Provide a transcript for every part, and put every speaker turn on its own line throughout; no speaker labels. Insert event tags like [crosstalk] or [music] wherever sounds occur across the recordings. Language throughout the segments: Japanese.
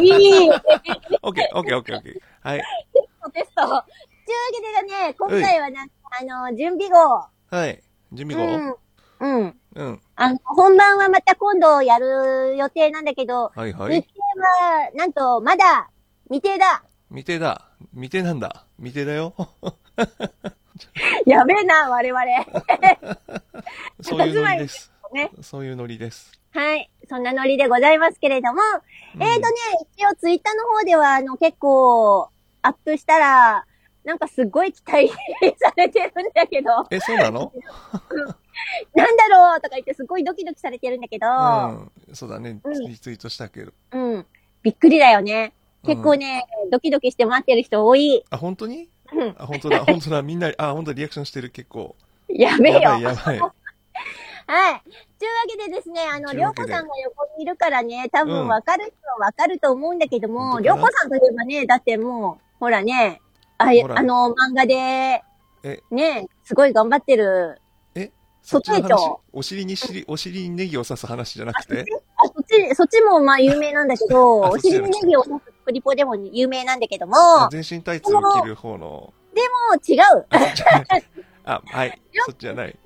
いい
オッケー、オッケー、オッケー、オッケー。はい。
テスト。というわけでね、今回はなんか、あの、準備号。
はい。準備
う
後
ん。うん。
うん。
あの、本番はまた今度やる予定なんだけど、
はいはい
日。程は、なんと、まだ、未定だ。
未定だ。未定なんだ。未定だよ。 [laughs]
やべえな、我々。
そういうノリです。
ね。
そういうノリです。
はい。そんなノリでございますけれども、
うん
えーとね、一応ツイッターの方では、あの、結構、アップしたら、なんかすごい期待されてるんだけ
[laughs]
ど、
え、そうなの
なんだろうとか言ってすごいドキドキされてるんだけど、
うん。そうだね
う。ん
リツイートしたけど。
うん、びっくりだよね。結
う
構
ん
ね、ドキドキして待ってる人多い。
あ、本当に
うん
あ、本当だ。本 [laughs] 当だ。みんな、あ、本当だリアクションしてる。結構。
やべえよ。
やば
はい
い、。やばい。
というわけでですね、あの、
とい
りょう
うわけ
こ
で
さんが横にいるからね、多
うん
分わかる人はわかると思うんだけど
本
も、
当
り
か
ょ
な
うこさんといえばね、だってもう、ほらね、あい
ほら
あの、漫画で
え、
ね、すごい頑張ってる。
そっちの
ソテー
話
と。
お尻にしり、お尻にネギを刺す話じゃなくて。
あ、そっち、そっちもまあ有名なんだけど、
あそ
お
っちじ
尻
ゃな
に
くて
ネギを刺すプリポでも有名なんだけども、
あ
も
全身タイツを着る
[laughs]
方の。
う違う。 [laughs]
あ、そっちじゃない。あ、はい。そっちじゃない。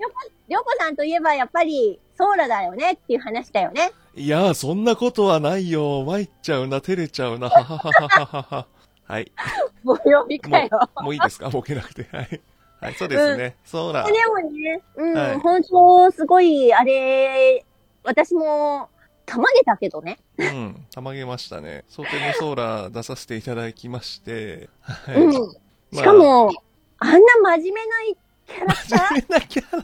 りょうこさんといえばやっぱり、ソーラだよねっていう話だよね。
いやー、そんなことはないよ。参っちゃうな、照れちゃうな。はははははは。はい。
もう読みかよ。
もういいですかボケなくて。はい。はい、そうですね。そうだ
で。もね、うん、
はい
本当、すごい、あれ、私も、たまげたけどね。
うん。たまげましたね。想定のソーラー出させていただきまして。はい。
うん。
まあ
しか、も、あんな真面目ないキャラクタ
真面目なキャラっ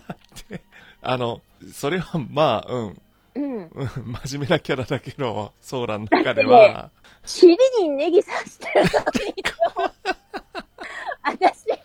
て。あの、それはまあ、うん。
ーうん。
うん真面目なキャラだけど、ソーラーの中では。
尻にネギ刺してるのに私、私の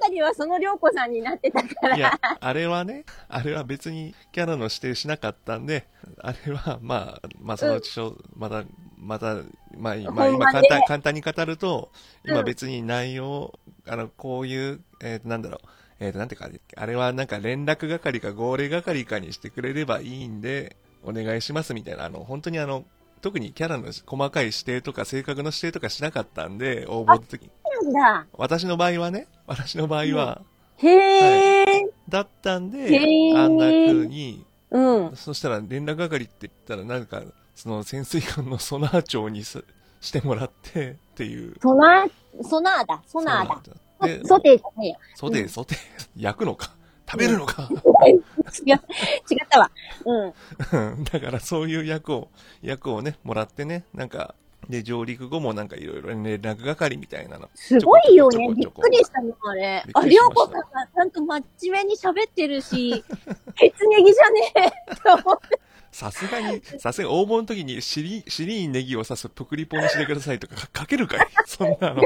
中ではそのりょうこさんになってたか
い
ら。
や、あれはね、あれは別にキャラの指定しなかったんで、あれは、まあ、まあ、そのうちしょ、まだ、まだ、まあ、まあ、
本
今
番
簡
で
単、簡単に語ると、
う
今
ん
別に内容、あの、こういう、えー、なんだろう、えー、なんていうか、あれはなんか連絡係か号令係かにしてくれればいいんで、お願いしますみたいな、あの、本当にあの、特にキャラの細かい指定とか性格の指定とかしなかったんで、応募の時に。
そうなんだ。
私の場合はね、私の場合は、
へー。
だったんで、
へー
あんな風に、
うん。
そしたら連絡係って言ったらなんか、その潜水艦のソナー長にすしてもらってっていう。
ソナー、ソナーだ、ソ
ソ
ナーだ。
ナーで、
ソテーじゃねえよ。
ソテー、ソテー、焼くのか食べるのか [laughs]
違う、違ったわ。うん。
うんだからそういう役を、役をね、もらってね、なんか、で、上陸後もなんかいろいろ連絡係みたいなの。
すごいよ
ちょ
ね。
こ
び
ち
っ
ょこ
くりしたの、あれ
びっ。
あ、
くり
り
し
ょ
ま
うこ
した
さんがちゃんと真面目に喋ってる
[laughs]
し、ケツネギじゃねえと思って。
さすが
[laughs]
に、さすがに応募の時に尻、尻にネギを刺すプクリポにしてくださいとかかかけるかいそんなの。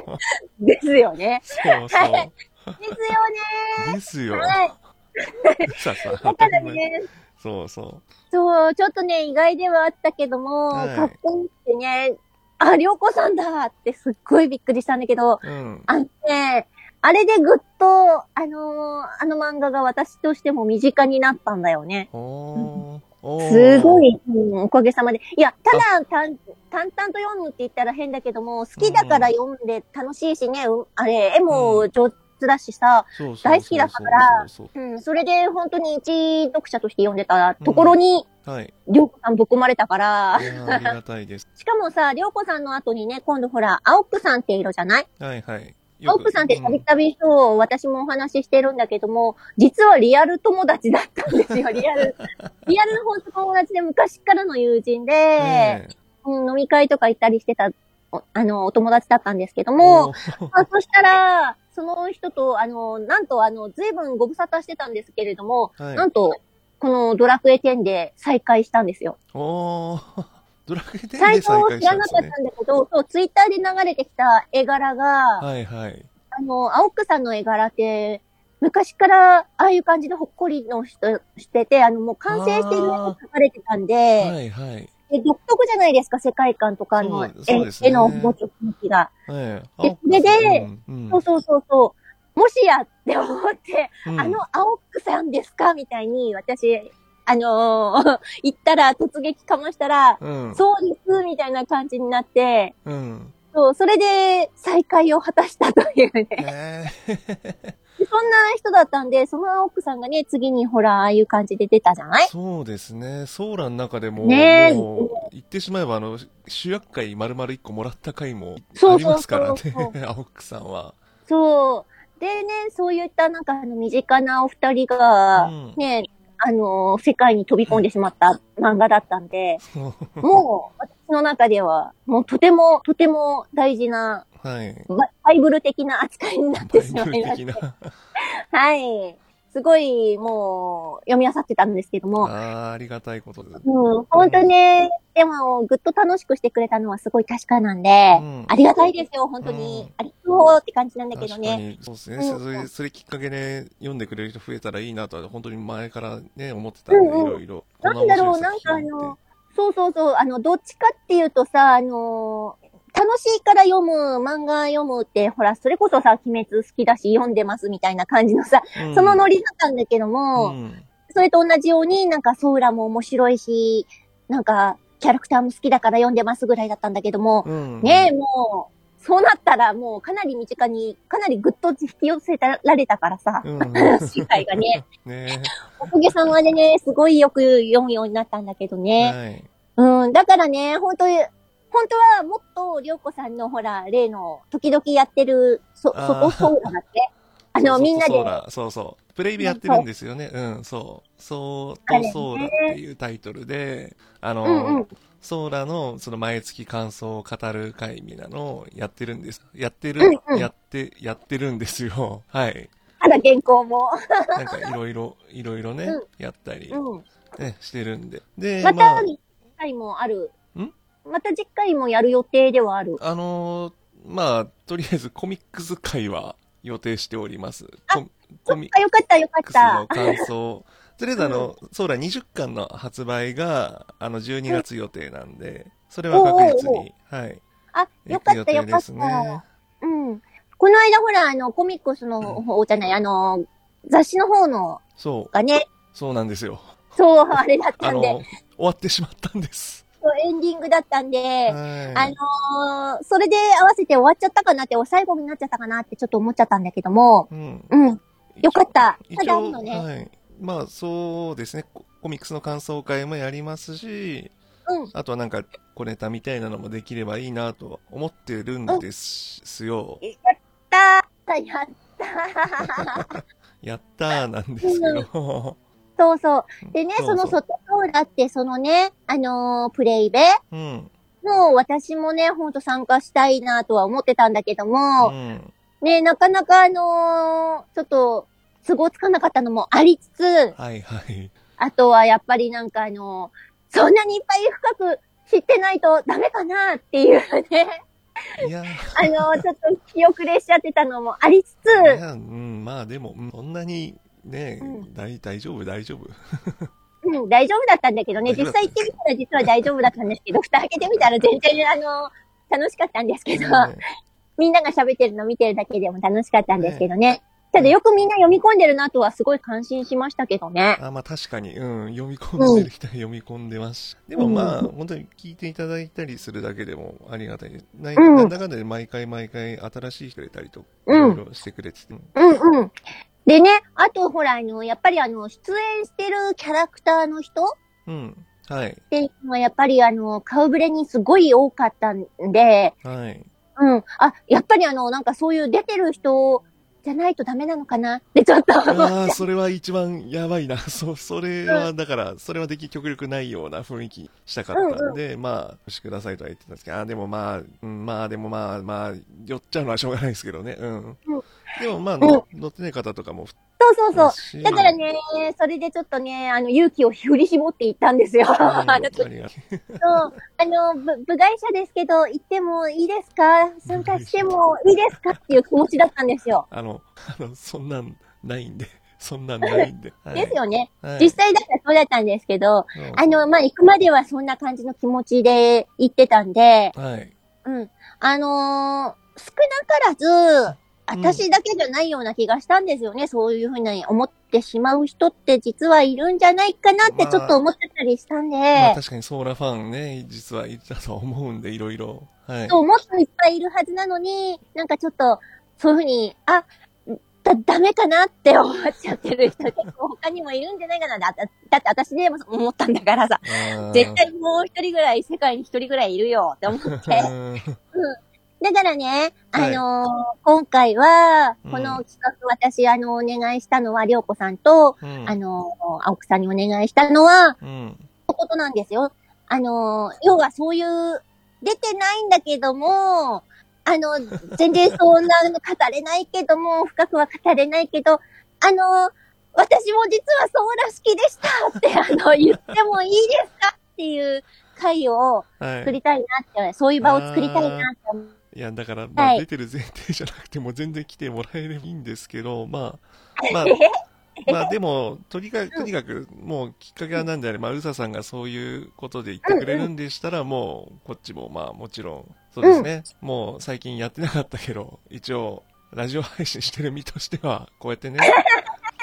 ですよね。
そ
で
うそう。
すよね。
ですよ。
はい。
ささ、
だからね、
そうそ
そう、ちょっとね、意外ではあったけども、
はい
かっこよくてね、あ、りょうこさんだってすっごいびっくりしたんだけど、
う。うん。
あのね、あれでぐっと、あのーあの漫画が私としても身近になったんだよね。
おーおー
すご。い、うんおかげさまで。いや、ただ淡淡々と読むって言ったら変だけども、好きだから読んで楽しいしね、うんあれ、絵も上手だしさ、
そうそうそう
大好きだから
そうそう
うん、それで本当に一読者として読んでたところに、
そうはい。
りょうこさんぶっ込まれたか
い
ら、
やーありがたいです。
しかもさ、りょうこさんの後にね、今度ほら、青くさんって色じゃない
は
[laughs]
いはい。よ
青
く
くさんってた
う
びたびそう、私もお話ししてるんだけども、実はリアル友達だったんですよ、リアル。リアルの本当友達で昔からの友人で、
ねえ
うん、飲み会とか行ったりしてた、おあの、お友達だったんですけども、
おー
あそしたら、その人と、あの、なんと、あの、ずいぶんご無沙汰してたんですけれども、
はい
なんと、このドラクエ10で再会したんですよ。
おー [laughs] ドラクエ10で
最
再
初は
開
知
した
ら
んで
な
す
かった
ね。
んだけど、そう、ツイッターで流れてきた絵柄が、
はいはい。
あの、青くさんの絵柄って、昔から、ああいう感じのほっこりの人してて、あの、もう完成してる絵が描かれてたんで、
はいはい。
で独特じゃないですか、世界観とかの
そう
絵,、
そうですね
絵の持つ雰囲気が。
ええ
でそれで、
うんうん
そうそうそうそう。もしやって思って、
うん
あの青くさんですかみたいに、私、あのー [laughs] 行ったら突撃かましたら、
うん。
そうです、みたいな感じになって、
うん。
そう、それで再会を果たしたというね。
[laughs] えー
でそんな人だったんで、その奥さんがね、次にほら、ああいう感じで出たじゃない
そうですね。ソーラの中でも、
ねえ
もう、言ってしまえば、あの、主役回丸々1個もらった回も
そ
あ
う
り
そうそうそう
ますからね、 [laughs] 青木さんは。
そう。でね、そういったなんかあの身近なお二人
う
が
ん、
ね、あのー世界に飛び込んでしまった漫画だったんで、
[laughs]
もう、私の中では、もうとても、とても大事な、
はい。
ババイブル的な扱いになってしまいまし
的な。
た。はい。すごい、もう、読み漁ってたんですけども、
ああ、ありがたいことです。
うん、本当ね、でも、ぐっと楽しくしてくれたのはすごい確かなんで、
うん
ありがたいですよ、本当に。
うん
ありがとうって感じなんだけど
確か
ね。
に、そうですね。
うん
それ、それきっかけで読んでくれる人増えたらいいなとは、本当に前からね、思ってたんで、い
うんうん
ろいろ。
なんだろう、
こ
なん
面
か
白
あ
い作品
の
って、
そうそうそう、あの、どっちかっていうとさ、あのー楽しいから読む、漫画読むって、ほら、それこそさ、鬼滅好きだし、読んでますみたいな感じのさ、
うん
そのノリだったんだけど
う
も、
ん
それと同じように、なんか、ソウラも面白いし、なんか、キャラクターも好きだから読んでますぐらいだったんだけども、
うん
ねえ、もう、そうなったらもうかなり身近に、かなりぐっと引き寄せられたからさ、
うん
世界が [laughs] ね、
ね
おかげさまでね、すごいよく読むようになったんだけど
え。
ね。
はい。
うん、だからね、本当に、本当はもっと、りょうこさんのほら、例の、時々やってる、そ、
あー
外そうだって。あの、
そうそう
みんなで
ソー、ラそうそう。プレイビューやってるんですよね。うん、そう。そうとソーラっていうタイトルで、あの、
うんうん
ソーラのその毎月感想を語る会みたいなのをやってるんです。やってる、
うんうん
やって、やってるんですよ。はい。
あら、原稿も。
なんかいろいろ、いろいろね、
うん
やったり、
うん。
ね、してるんで。で、
ま
ま
た、次回もある。
ん
また次回もやる予定ではある。
あ、あのーまあ、とりあえずコミックス会は予定しております。ココミ
あ、よかった、よか
コミッ
っ
クスの
た。
感想。とりあえずあの、ソーラ20巻の発売が、あの、12月予定なんで、それは確実に、はい。
あ、よ
行
か
く
った、
予定
よか
で
っ
す
た
ね。。
うん。この間、ほら、あの、コミックスの方じゃない、あの、雑誌の方の
そう、
が
[laughs]
ね、
そうなんですよ。
そう、あれだっ
あ
たん
の、
で、
終わってしまったんです。
そうエンディングだったんで、あ
はい。
のーそれで合わせて終わっちゃったかなって、お最後になっちゃったかなってちょっと思っちゃったんだけども、
うん。
うん、よかった。た
一
だある
応、
のね、
はい。まあ、そうですね。ココミックスの感想会もやりますし、
うん、
あとはなんか、小ネタみたいなのもできればいいなと思ってるんですすよ。
やったー、やったー。 [laughs]
やったーなんですけど。
そうそう。でね、
[laughs] そう
その
そう
外側だって、そのね、あのープレイベ
うん。
もう私もね、ほんと参加したいなとは思ってたんだけども、
うん。
ね、なかなかあのーちょっと、都合つかなかったのもありつつ、
はいはい。
あとはやっぱりなんかあのーそんなにいっぱい深く知ってないとダメかなっていう
[laughs]
ね、
いやー
あのーちょっと気遅れしちゃってたのもありつつ、
いやうん、まあでも、うんそんなにね、
うん
大大丈夫、大丈夫。
うん、大丈夫だったんだけどね、
大丈夫
実際行ってみたら実は大丈夫だったんですけど、蓋開けてみたら全然あのー楽しかったんですけど、
ね
みんなが喋ってるの見てるだけでも楽しかったんですけどね。ただよくみんな読み込んでるなとはすごい感心しましたけどね。
あまあ確かに、うん、読み込んでる人は読み込んでますし。でもまあ、
う
本当に聞いていただいたりするだけでもありがたいです。な
うん
なんだかんだで毎回毎回新しい人がいたりとか、い
うん
ろいろしてくれてて。
うんうん。でね、あとほら、あの、やっぱりあの、出演してるキャラクターの人っ
うん。はい。
ていうのはやっぱりあの、顔ぶれにすごい多かったんで、
はい。
うん。あ、やっぱりあの、なんかそういう出てる人じゃないとダメなのかなってちょっ [laughs] と思っ
ああ、それは一番やばいな。 [laughs] そう、それは、だから、それはでき、極力ないような雰囲気したかったんで、まあ、お越しくださいとは言ってたんですけど、ああ、でもまあ、うん、まあ、でもまあ、まあ、寄っちゃうのはしょうがないですけどね。うん。でもまあ、の乗ってない方とかも普
そうそうそう。
し
だからね、それでちょっとね、あの、勇気を振り絞っていったんですよ。
う
[laughs]
ん
あ
あ
の
りがとう。
そう、あの、ぶ部外者ですけど、行ってもいいですか参加してもいいですかっていう気持ちだったんですよ。
あの、あの、そんなんないんで、 [laughs] そんなんないんで。はい
[laughs] ですよね。
はい
実際だからそうだったんですけど、
そう
あの、まあ、行くまではそんな感じの気持ちで行ってたんで、
はい。
うん。あのー少なからず、私だけじゃないような気がしたんですよね。そういうふうに思っってしまう人って実はいるんじゃないかなってちょっと思ってたりしたんで、
まあ、確かにソーラファンね、実はいたと思うんで、いろいろ。はい。
ともっといっぱいいるはずなのに、なんかちょっと、そういうふうに、あ、だ、ダメかなって思っちゃってる人結構他にもいるんじゃないかなだだだって私でも思ったんだからさ、
うん
絶対もう一人ぐらい、世界に一人ぐらいいるよって思って。
[laughs] うん
だからね、あ
はい
のー今回は、
うん
この企画、私、あの、お願いしたのは、りょうこさんと、
うん
あのー青木さんにお願いしたのは、
うん。
こことなんですよ。あのー要はそういう、出てないんだけども、あの、全然そんなの語れないけども、 [laughs] 深くは語れないけど、あのー私も実はそうら好きでしたって、あの、言ってもいいですかっていう回を
は
作
い。
りたいなって、そういう場を作りたいなって思う
いや、だから、ま
は
あ、
い
出てる前提じゃなくても、全然来てもらえればいいんですけど、ま
[laughs]
あ、まあ、まあでも、とにかく、とにかく、もうきっかけは何であれ、まあ、うささんがそういうことで言ってくれるんでしたら、もう、こっちも、まあ、もちろん、そうですね、もう最近やってなかったけど、一応、ラジオ配信してる身としては、こうやってね、
[laughs]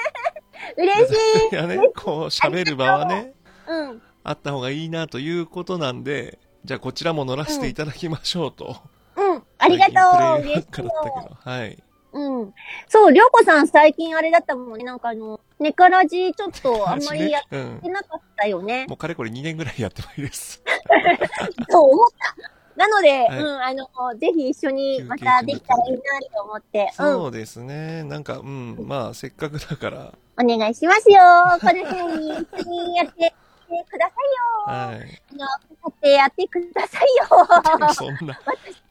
嬉しい。
[laughs] いやね、こう、喋る場はね、
うん。
あった方がいいなということなんで、じゃあこちらも乗らせていただきましょうと。
うん。ありがとう。
最近プレイ
嬉
ば
し
っ
い
かだ
よ。
ったけど。はい。
うん。そう、りょうこさん最近あれだったもんね。なんかあの、ネカラジちょっとあんまりやっ
うん
て。なかったよね。
もうかれこれ2年ぐらいやってな
[laughs]
いです。
そう思った。なので、
はい
うん、あの、ぜひ一緒にまたできたらいいなと思って、
そうですね。なんか、うん、まあ、せっかくだから、
うん、お願いします
[laughs]
よ。この辺に一緒にやってやってくださいよ。 [laughs] あ
はい。
の、買ってやってください
[laughs]
よ。
そんな。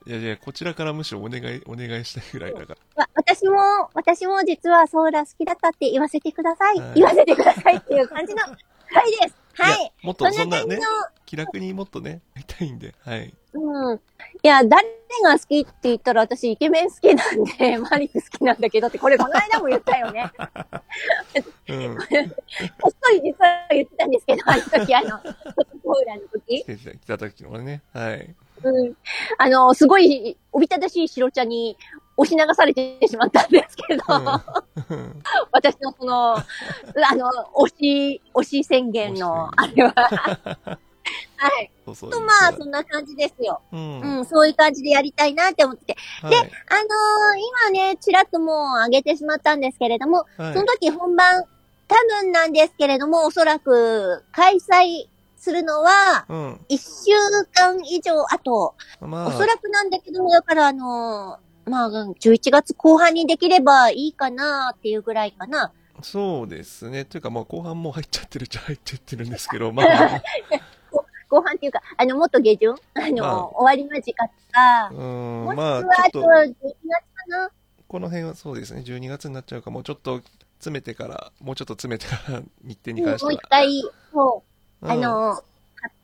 いやいや、こちらからむしろお願い、お願いしたいぐらいだか
わ私も、私も実はソーラ好きだったって言わせてください。
はい
言わせてくださいっていう感じ
[laughs]
の回です。
ら。
はい
や。。もっと
そ
そ
ん
ん
な
な
感じ
ね
の、、
気楽にもっとね、やりたいんで、はい。
うん。いや、誰が好きって言ったら私イケメン好きなんで、マリック好きなんだけどって、これこの間も言ったよね。 [laughs]
うん。
こっそり実は言ってたんですけど、あの時、あの、ソーラの時
来。ていただきのはね、はい。
うん。あの、すごい、おびただしい白茶に押し流されてしまったんですけど、 [laughs]
うん
私のその、あの、推し、推し宣言の、あ
推
れは。はい。
そうそう。
と、まあ、そんな感じですよ。
うん。
うん、そういう感じでやりたいなって思ってて。
はい。
あのー今ね、ちらっともう上げてしまったんですけれども、
はい
その時本番、多分なんですけれども、おそらく開催するのは、
うん。
1週間以上後、
まあ、
おそらくなんだけども、だからあのーまあ、うん11月後半にできればいいかなっていうぐらいかな。
そうですね。というか、まあ、後半もう入っちゃってるっちゃ入っちゃってるんです
[laughs]
けど、まあ、
後半っていうか、あの、もっと下旬あのー、
まあ
終わり間近とか
う、
も
ん、
しく
ま
は
あ、
あ
ち
と
ょっ
12
と、
月かな。
この辺はそうですね、12月になっちゃうかも、ちょっと詰めてから、もうちょっと詰めてから、日
う
程
ん
に
もう
関しては。
一回、そう。
うん
あの、発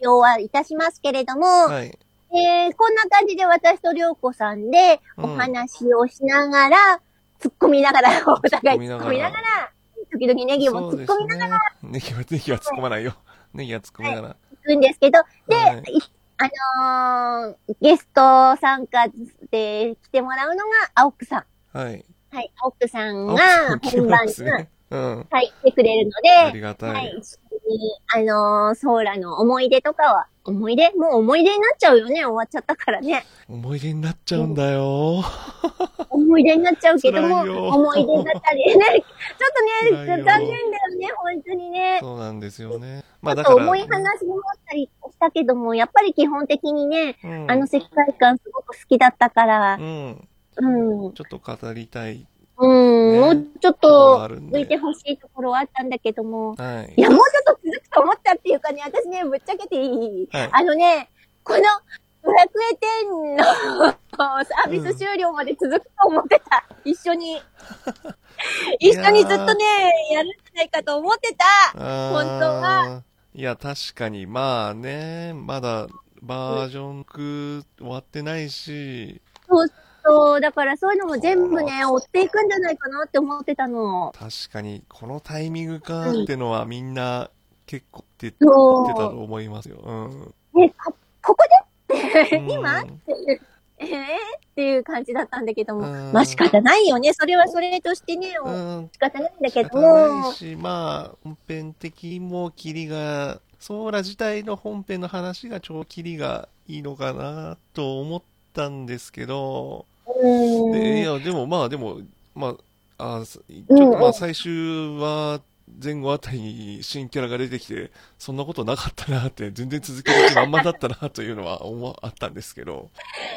表はいたしますけれども、
はい。
えーこんな感じで私とりょうこさんで
うん
お話をしながら、突っ込みながら、お互い突
突っ込みな
っ
がら
込みながら、時々ネギも
そう
突っ
で
込
す
みながら
ね。ネギは、ネギは突っ込まないよ。ネギは突っ込みながら。
行くんですけど、で、
はい
いあのーゲスト参加で来てもらうのが青木さん。
はい。
はい、青木さんが
あ来て
本
ま
番に、
すね。うん。
はい、来てくれるの
あ
で、
りがた。
はいい、一緒に、あのーソーラの思い出とかは、思い出もう思い出になっちゃうよね、終わっちゃったから
[laughs]
ね。
思い出になっちゃうんだよ。
思い出になっちゃうけども、
辛いよ
思い出だったり、ね、 [laughs] ちょっと
辛い
ね、残念
よ
だよね、本当にね。
そうなんですよね。まあ、
ちょ
だ
っ
か
と
ら。
重い話もあったりしたけども、やっぱり基本的にね、
うん
あの世界観すごく好きだったから、
うん。
うん、
ちょっと語りたい。
うん、
ね
もうちょっ
あ
と
るんで
抜いてほしいところはあったんだけども、
はい
い。や、もうちょっと続くと思ったっていうかね、私ね、ぶっちゃけていい。
はい
あのね、この、ドラクエ10のサービス終了まで続くと思ってた。一緒に。一緒にずっとね、やるんじゃないかと思ってた。
本
当はい
や、確かに、まあね、まだバージョン9終わってないし、
そうそう、だからそういうのも全部ね、
そ
追っていくんじゃないかなって思ってたの。
確かに、このタイミングかってのはみんな結構出て
そう
たと思いますよ。うん。
[laughs] ね、ここでって、
うん
今って、えーっっていう感じだったんだけども、
うん
まあ仕方ないよね。それはそれとしてね、
うん。
仕方ないんだけ
仕
ど
方な
も
い、し、まあ、本編的にもキリが、ソーラ自体の本編の話が超キリがいいのかなと思ったんですけど、
う
でい
ん。
や、でもまあ、でも、まあ、あすち
うん
ょっとまあ最終は、前後あたりに新キャラが出てきて、そんなことなかったなって、全然続ける気満々だったなというのは思あったんですけど。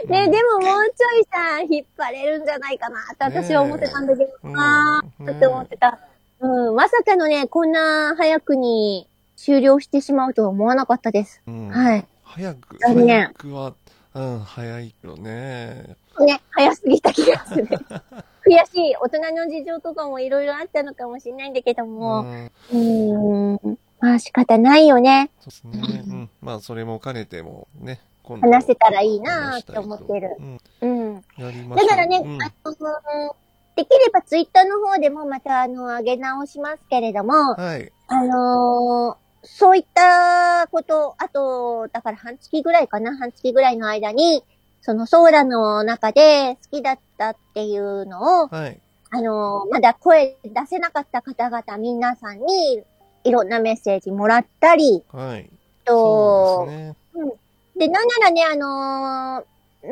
ね、
うん
でももうちょいさ、引っ張れるんじゃないかなって私は思ってたんだけど、
うん
あーって思ってた。うん、まさかのね、こんな早くに終了してしまうとは思わなかったです。
うん
はい。
早く、
残念
早くは、うん、早いよね。
ね、早すぎた気がする。 [laughs] 悔しい。大人の事情とかもいろいろあったのかもしれないんだけども。
ん、
うーん。まあ仕方ないよね。
そうですね。うん、まあ、それも兼ねてもね、今度
話せたらいいなーって思ってる。
うん、
うん。
やりましょ
だか
う
らね、
うん、
あの、できればツイッターの方でもまたあの、上げ直しますけれども、
はい。
あのーそういったこと、あと、だから半月ぐらいかな、半月ぐらいの間に、そのソーラの中で好きだったっていうのを、
はい。
あのーまだ声出せなかった方々皆さんに、いろんなメッセージもらったり、
はい。
と
そう、ですね。
で、なんならね、あのー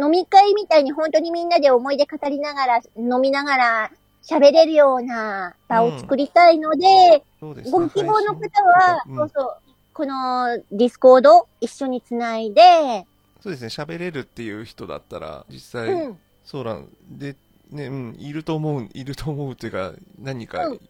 飲み会みたいに本当にみんなで思い出語りながら、飲みながら喋れるような場を作りたいので、
そうですね。
ご希望の方は、
うん
そうそう、このディスコード一緒につないで、
そうですね、喋れるっていう人だったら、実際、
うん、
ソーランで、ね、うん、いると思う、いると思うっていうか、何か、
うん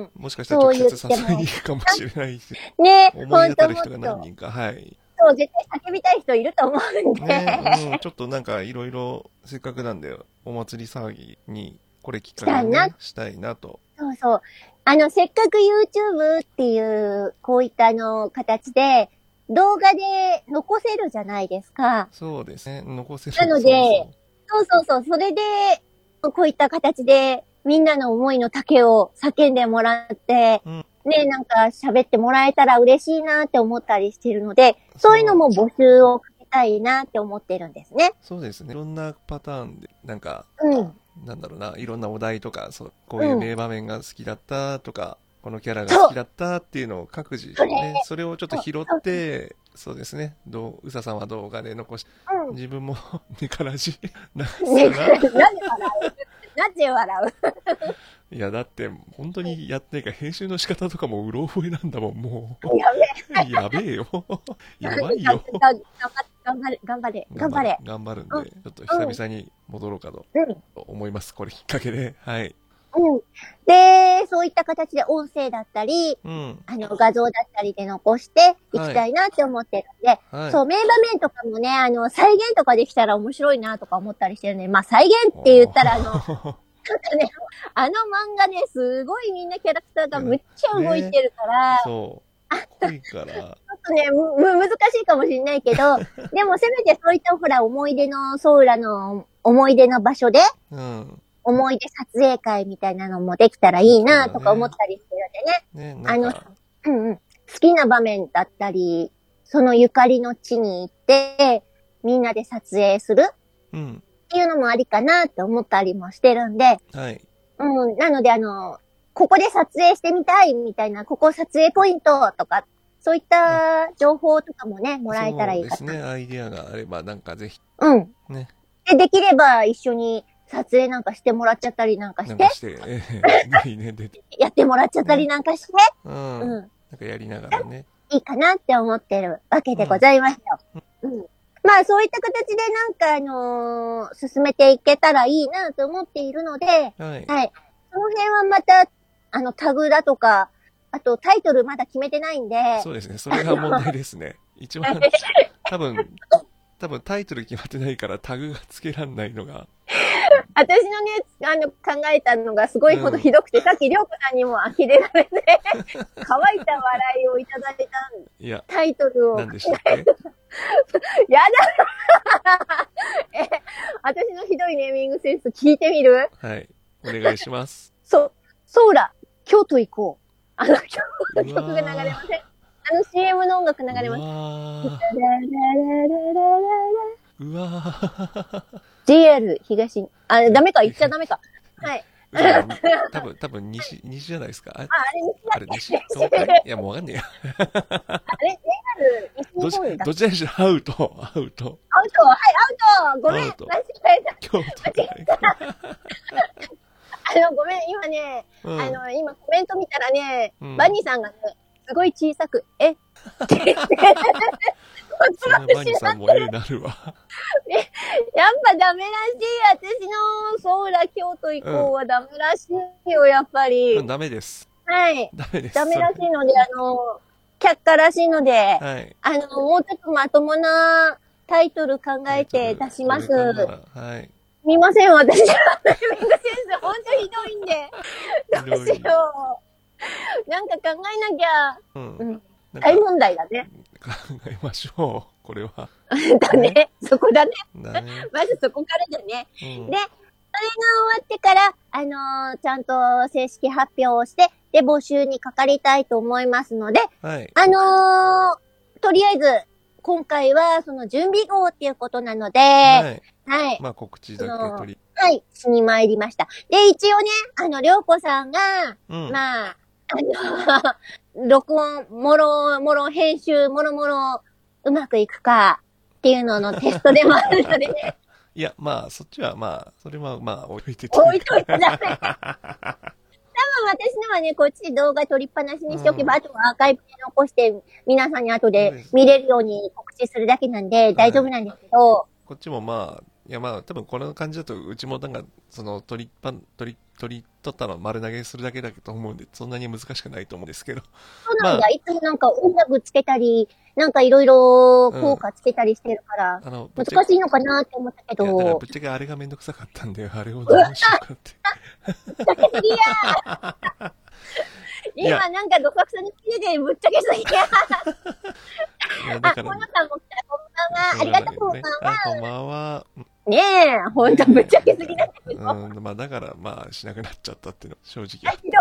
うん。
もしかしたら直接
そ
支
う言っても
えに行くかもしれな
[laughs]
いし、
ね、
思い
本
当た
当
る
もっ
人が何
と、
人か、はい。
そう、絶対叫びたい人いると思うんで、
ね、うん、ちょっとなんかいろいろ、せっかくなんで、お祭り騒ぎに、これきっかけに、ね、したいなと。
そうそう。あの、せっかく YouTube っていう、こういったあの、形で、動画で残せるじゃないですか。
そうですね、残せる。
なのでそうそうそう。それで、こういった形で、みんなの思いの丈を叫んでもらって、
うん
ね、なんか喋ってもらえたら嬉しいなって思ったりしてるので、そういうのも募集をかけたいなって思ってるんですね。
そうですね、いろんなパターンで、なんか、
うん。
なんだろうな、いろんなお題とか、そうこういううん名場面が好きだったとか、このキャラが好きだったっていうのを各自、ね、それをちょっと拾って、そうですね、どう、うささんは動画で残し、
うん。
自分も、 [laughs] にからし、なんか
ね、
な
なんで笑う [laughs] なんで笑
いや、だって、本当にやってか、編集の仕方とかもうろ覚えなんだもん、もう。
うやべえ。
やべえよ。やばい
頑
よ。
張れ、頑張れ、頑張れ、頑張れ。。
頑張るんで、ちょっと久々に戻ろうかと
うん。
思います。これきっかけで。はい。
うん。で、そういった形で音声だったり、
うん。
あの、画像だったりで残していきたいなって思ってるんで、
はい。
そう、名場面とかもね、あの、再現とかできたら面白いなとか思ったりしてるね。まあ、再現って言ったら、あの、なんか
の、
ね、あの漫画ね、すごいみんなキャラクターがむっちゃ動いてるから、ち
[laughs] そう。濃いから。
ょっとね、む、む難しいかもしれないけ
[laughs]
ど、でもせめてそういったほら、思い出の、ソウラの思い出の場所で、
うん。
思い出撮影会みたいなのもできたらいいなとか思ったりしてるんでね。
ね、なんか、
うんうん。好きな場面だったり、そのゆかりの地に行って、みんなで撮影する
うん。
っていうのもありかなって思ったりもしてるんで、
はい。
うん、なのであの、ここで撮影してみたいみたいな、ここ撮影ポイントとか、そういった情報とかもね、もらえたらいいか
そう
な。
ですね。アイディアがあれば、なんかぜひ、
うん。
ね
で、できれば一緒に撮影なんかしてもらっちゃったりなんか
な
し
ん
て
か、して、ええ、ぜひね、出て。
やってもらっちゃったりなんかして、
う。
うんん。
なんかやりながらね。
いいかなって思ってるわけでございますよ。うん。まあそういった形でなんかあのー進めていけたらいいなと思っているので、
はい。
はい。その辺はまた、あのタグだとか、あとタイトルまだ決めてないんで、
そうですね。それが問題ですね。一番、多分、多分タイトル決まってないからタグが付けらんないのが。
私のね、あの考えたのがすごいことひどくて、さっきりょうこさんにも呆れられて、乾いた笑いをいただいた
いや、
タイトルを
何でしたっけ
やだえ、私のひどいネーミングセンス聞いてみる
はい。お願いします。
そう、ソーラ、京都行こう。あの、京都の
う
曲
わ
が
ー
流れません。あの CM の音楽流れます。
うわ
ラララララララ
うわー
JR 東、あ、ダメか、言っちゃダメか。はい。
嘘だ多分、多分西、西じゃないですか。あ
あ、あれ [laughs] 西
あれ西東海いや、もうわかんねえや。
あれ ?JR
ど
西
っ
日本
ち、
だ。
どちらにしろ、アウト、アウト、
アウトはい、アウトごめん
ア
間
ウト
違えた。
京
[laughs]
都。
あの、ごめん、今ね、
う
あ
ん、
の、今コメント見たらね、
うん
バニーさんがね、すごい小さく、えって [laughs] 言って。
そんなバニーさんも絵になるわ。
やっぱダメらしい。私のソーラ京都以降はダメらしいよ、やっぱり。
ダメです。
はい。
ダメです。
ダメらしいので、あの、却下らしいので、
はい。
あの、もうちょっとまともなタイトル考えて出します。
はい。
見ません、私は。タイミングセンス、ほんとひどいんで。どうし
ひど
よう。なんか考えなきゃ、
うん
う。ん、
なんか
大問題だね。
考えましょう。これは。
だね。そこだね。
だね。
まずそこからだね。
うん
で、それが終わってから、あのーちゃんと正式発表をして、で、募集にかかりたいと思いますので、
はい。
あのーとりあえず、今回は、その準備号っていうことなので、はい。
はい。
はい、
まあ、告知だけ取り。
しに参りました。で、一応ね、あの、りょうこさんが、
うん。
まあ、あの、 [laughs] 録音、もろもろ、編集、もろもろ、うまくいくか、っていうののテストでもあるので
[laughs]
ね、
いや、まあ、そっちはまあ、それはまあ、置いて
置い
て。
といてダメ。多分私のはね、こっちで動画撮りっぱなしにしておけば、あとはアーカイブで残して、皆さんに後で見れるように告知するだけなんで、大丈夫なんですけど、
こっちもまあ、いやまあ、多分この感じだと、うちもなんか、その、取り、パン、取り、取り取ったの丸投げするだけだと思うんで、そんなに難しくないと思うんですけど。
そうなんだ、
まあ
いつもなんか音楽つけたり、なんかいろいろ効果つけたりしてるから、
あの、ぶっちゃ
難しいのかなって思ったけ
けいやだから
ど
ぶ、っちゃけあれがめんどくさかったんで、あれをどうしようかって。いや
今なんかどさくさに切れてぶっちゃけ
[laughs]
すぎて、
いや
あ、
だ
こ
か
の
ら、
さんも来た、こんばんは。ありがとう、こんばんは。
は。こんばんは。
ねえ、ほんとぶっちゃけすぎだけど、
うん、まあだから、まあしなくなっちゃったっていうの、正直。
ひど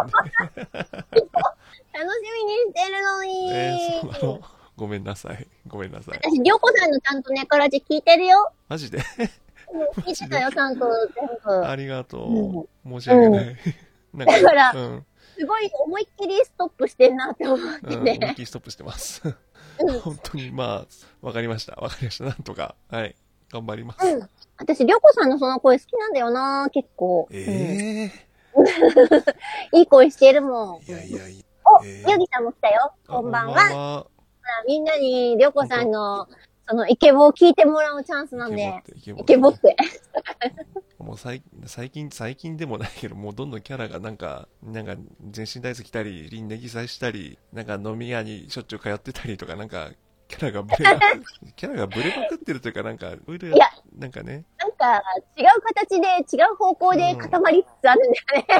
楽しみにしてるのに。
えー、そうなのごめんなさい。ごめんなさい。
私、りょうこさんのちゃんとね、からじ聞いてるよ。
マジで
うん聞いてたよ、ちゃんと全
あ
部。
りがとう。申し訳ない。なんか、
だから
うん。
すごい思いっきりストップしてんなって思っ
う
て
ん、思い
て
っ。きりストップしてます。
うん
[laughs] 本当に、まあ、わかりました。わかりました。なんとか。はい。頑張ります。
うん。私、りょうこさんのその声好きなんだよな、結構。
え
うんいい声してるもん。
えいやいやいや。
お、
え
ゆ
ー
ぎさんも来たよ。
あ
こんばんは。
は。
みんなに、りょうこさんの、その、イケボを聞いてもらうチャンスなんで。
イケボ
イケ
って。
ボって。
もう最最近、最近でもないけど、もうどんどんキャラがなんか、なんか全身体操来たり、輪廻祭したり、なんか飲み屋にしょっちゅう通ってたりとか、なんか、キャラがブレ
[laughs]
ま、キャラがブレまくってるというか、なんか、いろいろ
いや、
なん
[laughs]
かね、
なんか、違う形で、違う方向で固まりつつあるん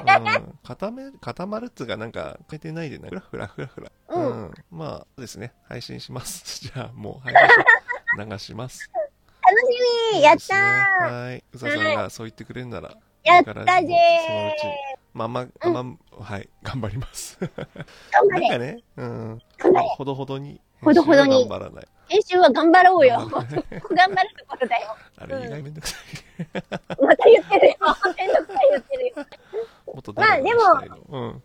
だよね。
うん、固め、固まるっつうか、なんか、変えてないで、なんかふらふらふらふら。
うん
ん。まあ、そうですね。配信
[laughs]
します。じゃあ、もう、配信し、流します。
楽し [laughs] みやったー
はい。うささんがそう言ってくれるなら、
やっ
だ
た
から
ぜー
そのうちまあまあ、まあまあ、はい、 [laughs] 頑張ります。
頑張
なんか
れ
ね、うん
頑張れ。
ほどほどに。
ほどほどに
編集は頑張らない。
編集は頑張ろうよ。
頑
頑張
張れ
るところだよ。
あれ、意外めんどくさ
また言 [laughs] ってるよ。めんどくさい言ってるよ。
い。もっと
まあ
でも、う
そん
ん。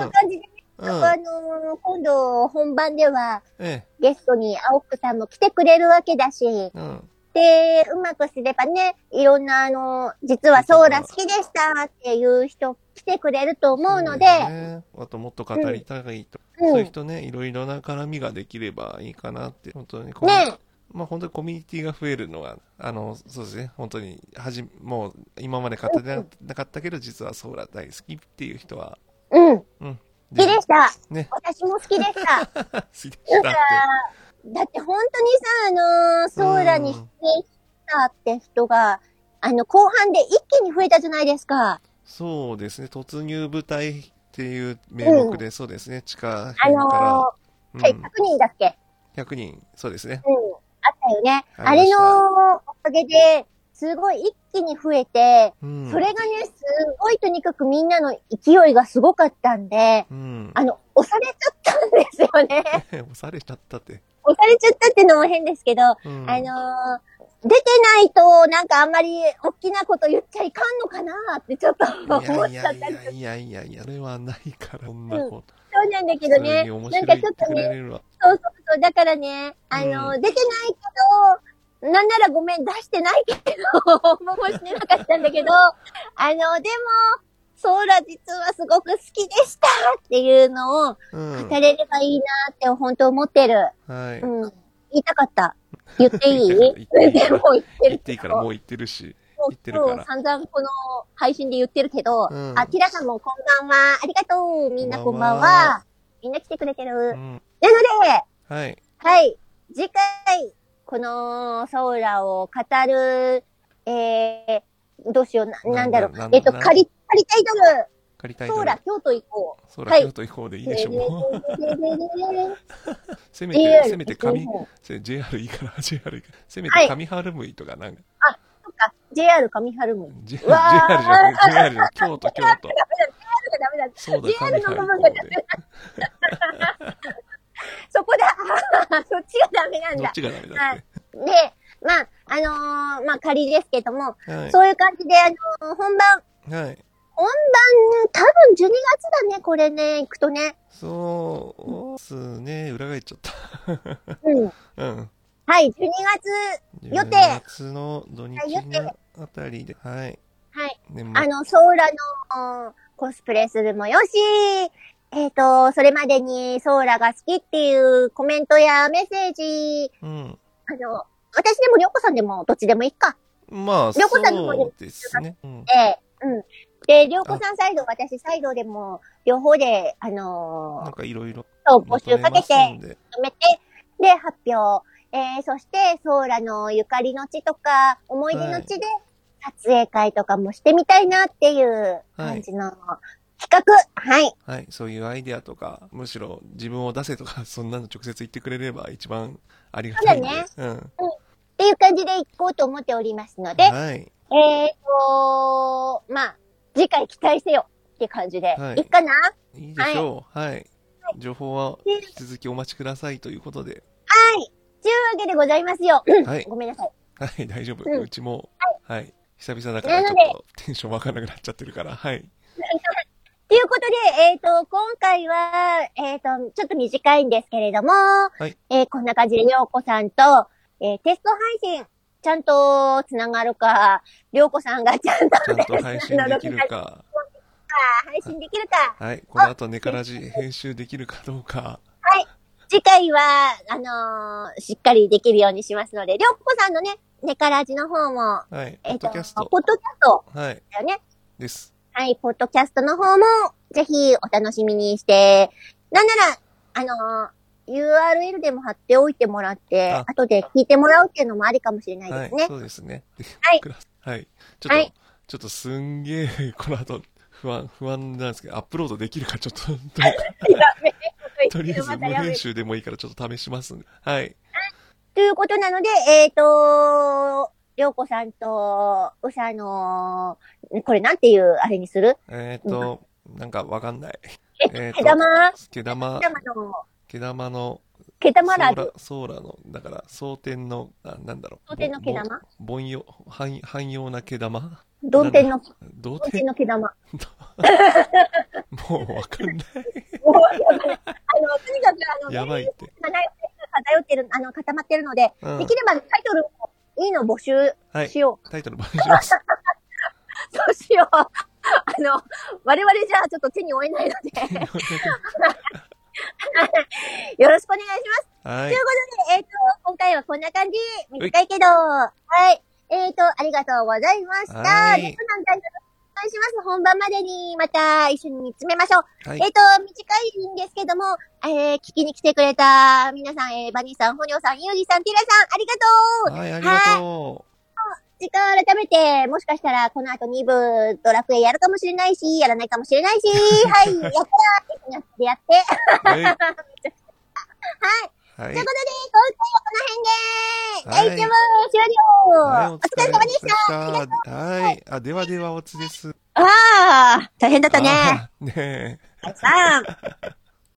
な感じで、
うん。う
あ
ん。
のー今度本番では
ええ。
ゲストに青くさんも来てくれるわけだし、
うん。
で、うまくすればね、いろんなあのー実はソーラ好きでしたっていう人来てくれると思うので、
そうね。あと、もっと語りたいと。
うん
そういう人ね、いろいろな絡みができればいいかなって、本当にこう。
ね
まあ本当にコミュニティが増えるのは、あの、そうですね、本当に、はじ、もう、今まで語ってなかったけど、実はソーラ大好きっていう人は、
うん、好
うん。
きでした。
ね、
私も好きでした。
[laughs] 好きでしたって。
だって本当にさ、あのーソーラに出演したって人が、あの、後半で一気に増えたじゃないですか。
そうですね、突入部隊っていう名目で、そうですね、地下
あ
編
のー
か
は
ら、
い、
うん
100人だっけ
100人、そうですね。
うん。あったよね。あ
ありま
れ
した
のおかげで、すごい一気に増えて、
うん、
それがね、すごいとにかくみんなの勢いがすごかったんで、
うん、 [laughs]
あの、押されちゃったんですよね。
押されちゃったって。
押されちゃったってのも変ですけど、
うん
あのー、出てないと、なんかあんまり大きなこと言っちゃいかんのかなってちょっと思っちゃったり
い
す
や
る
いやいやいや
[laughs]
いや、それはないから、そんなこと。
そうなんだけど
普通
ね。
に面
なん
白
か
い
ち
言
ょ
っ
ってと
く
ね、
れれば。
そうそうそう。だからね、あの、
うん
出てないけど、なんならごめん、出してないけど、もうしてなかったんだけど、 [laughs] あの、でも、ソーラ実はすごく好きでしたっていうのを
うん。
語れればいいなって本当思ってる。
はい。
うん。言いたかった。言っていい
言っ
全
ていい
[laughs] 然もう言って
言
る
っていいから、もう言ってるし。
もう
言ってるから
今日散々この配信で言ってるけど、
うん
あ、ティラさんもこんばんは。ありがとう。みんなこんばん
こんばんは
は。みんな来てくれてる。
うん。
なので、
はい。
はい。次回、このソーラを語る、えー、どうしよう、な、なんだろ
なん
う。
だ
えっと、
なんだ
借り、借りタイトル、
借りたい
ソーラ京都行こう。
ソー
は
ラ
い
京都行こうでいいでし
[laughs]
ょ、もう。せめて、
JR
せめて紙、
行こう
せ JR いいから、JR [laughs] いいから。せめ
は
て
い
紙春むいとか、なんか、
そっか、JR 上春も。
J- JR
うわー
じゃない、JR じゃない京都、京都。
ダメだ、
そ
[laughs]
うだ、
JR
紙
の
春
部
む
分
こ
が
うで。 [laughs]
そこだ。そっちがダメなん
どっ
だ。
ちがダメだって。
で、まあ、あのーまあ仮ですけども、
はい。
そういう感じで、あのー本番、
はい。
多分12月だね、これね、行くと
[laughs]
ね。
そうっすね。裏返っちゃっ
うん。
た。うん。
はい、12月、予定
10月の土日
予定
のあたりで、はい。
はい。
年
あの、ソーラのおーコスプレするもよし、えっ、と、それまでにソーラが好きっていうコメントやメッセージ、
うん。
あの、私でもりょうこさんでもどっちでもいいか。
まあ、
りょうこさんの方に
そうですね。うん。
ええうん。で、りょうこさんサイド、私サイドでも、両方で、あ
なん
の
かいろいろ
ーそう、募
まとめ
集かけ
ま
て、
すんで。
止めて、で、発表。えー、そして、ソーラのゆかりの地とか、思い出の地で、撮影会とかもしてみたいなっていう感じの企画。はい。
はい。そういうアイデアとか、むしろ自分を出せとか、 [laughs] そんなの直接言ってくれれば一番ありがたいんで。
そう
うん。
っていう感じで行こうと思っておりますので、
はい。
えーと、まあ、次回期待してよって感じで、
はい
い、いかない
いでしょう。はい。情報は引き続きお待ちくださいということで。
はい。というわけでございますよ。うん
はい。
ごめんなさい。
はい、大丈夫。
うん
うちも、はい。久々だからちょっ
な
とテンションわかんなくなっちゃってるから、はい。
[laughs] ということで、えっ、と、今回は、えっ、と、ちょっと短いんですけれども、
い
えーこんな感じで、りょうこさんと、えーテスト配信、ちゃんとつながるか、りょうこさんがちゃんと
ちゃんと配信
[laughs]
できる
か、
か、
配信できるか、
はい。この後ネカラジ編集できるかどうか、
次回は、あのーしっかりできるようにしますので、りょうこさんのね、ネカラジの方も、
はい。ポ
え
ッ
っ、と、ポ
ドキ
ッドキ
ャ
ャ
ス
ス
ト、
ト
はい。
だよね。
です。
はい、ポッドキャストの方も、ぜひお楽しみにして、なんなら、あのー URL でも貼っておいてもらって、
あ
後で聞いてもらうっていうのもありかもしれない
は
で
い
すね。。
そうですね。
はい
ください。 [laughs] はい。ちょっと、
はい
ちょっとすんげえ、この後、不安、 [laughs] 不安なんですけど、アップロードできるかちょっと、ど
[laughs]
う
はい
[laughs] とりあえず無
め
編
る
集でもいいからちょっと試しますんで。はい。
ということなので、えっ、とりょうこさんと、うさの、これなんていうあれにする
えっ、と、なんかわかんない。えっ
毛玉
毛玉
毛、玉の、
毛玉の、
毛玉ラブ。
ソーラ、ソーラの、だから、蒼天の、あなんだろう。
蒼天の毛玉
ぼ凡庸、汎汎用な毛玉
曇天の、
童
曇天
貞
の毛玉。
[laughs] もうわかんない。
もうやばいあの、とにかくあの、
やばいって。
偏ってる、あの、固まってるので、
うん
できればタイトルもいいの募集
はい
し。よう。
タイトルバレします。
[laughs] そうしよう。あの、我々じゃあちょっと手に負えないので、 [laughs] よろしくお願いします。
は
とい
い。
うことで、えっ、と、今回はこんな感じ。短いけど、はい。えっ、と、ありがとうございました。
はい
レッドなんかよろしくお願いします。本番までにまた一緒に詰めましょう。
はい
えっ、。と、短いんですけども、えー、聞きに来てくれた皆さん、えー、バニーさん、ホニョさん、ユージさん、ティラさん、ありがとう
はい、ありがと
時間改めて、もしかしたらこの後2部ドラクエやるかもしれないし、やらないかもしれない [laughs] し、はい、やったら、やってやって。
う。はい。はい。
ということで、今回はこの辺で、
は
第
い
1部終了、
はい
お疲れ様でした
した。はい。あ、ではではおつです。
ああ、大変だったね。
あー。ねえ。
さあ。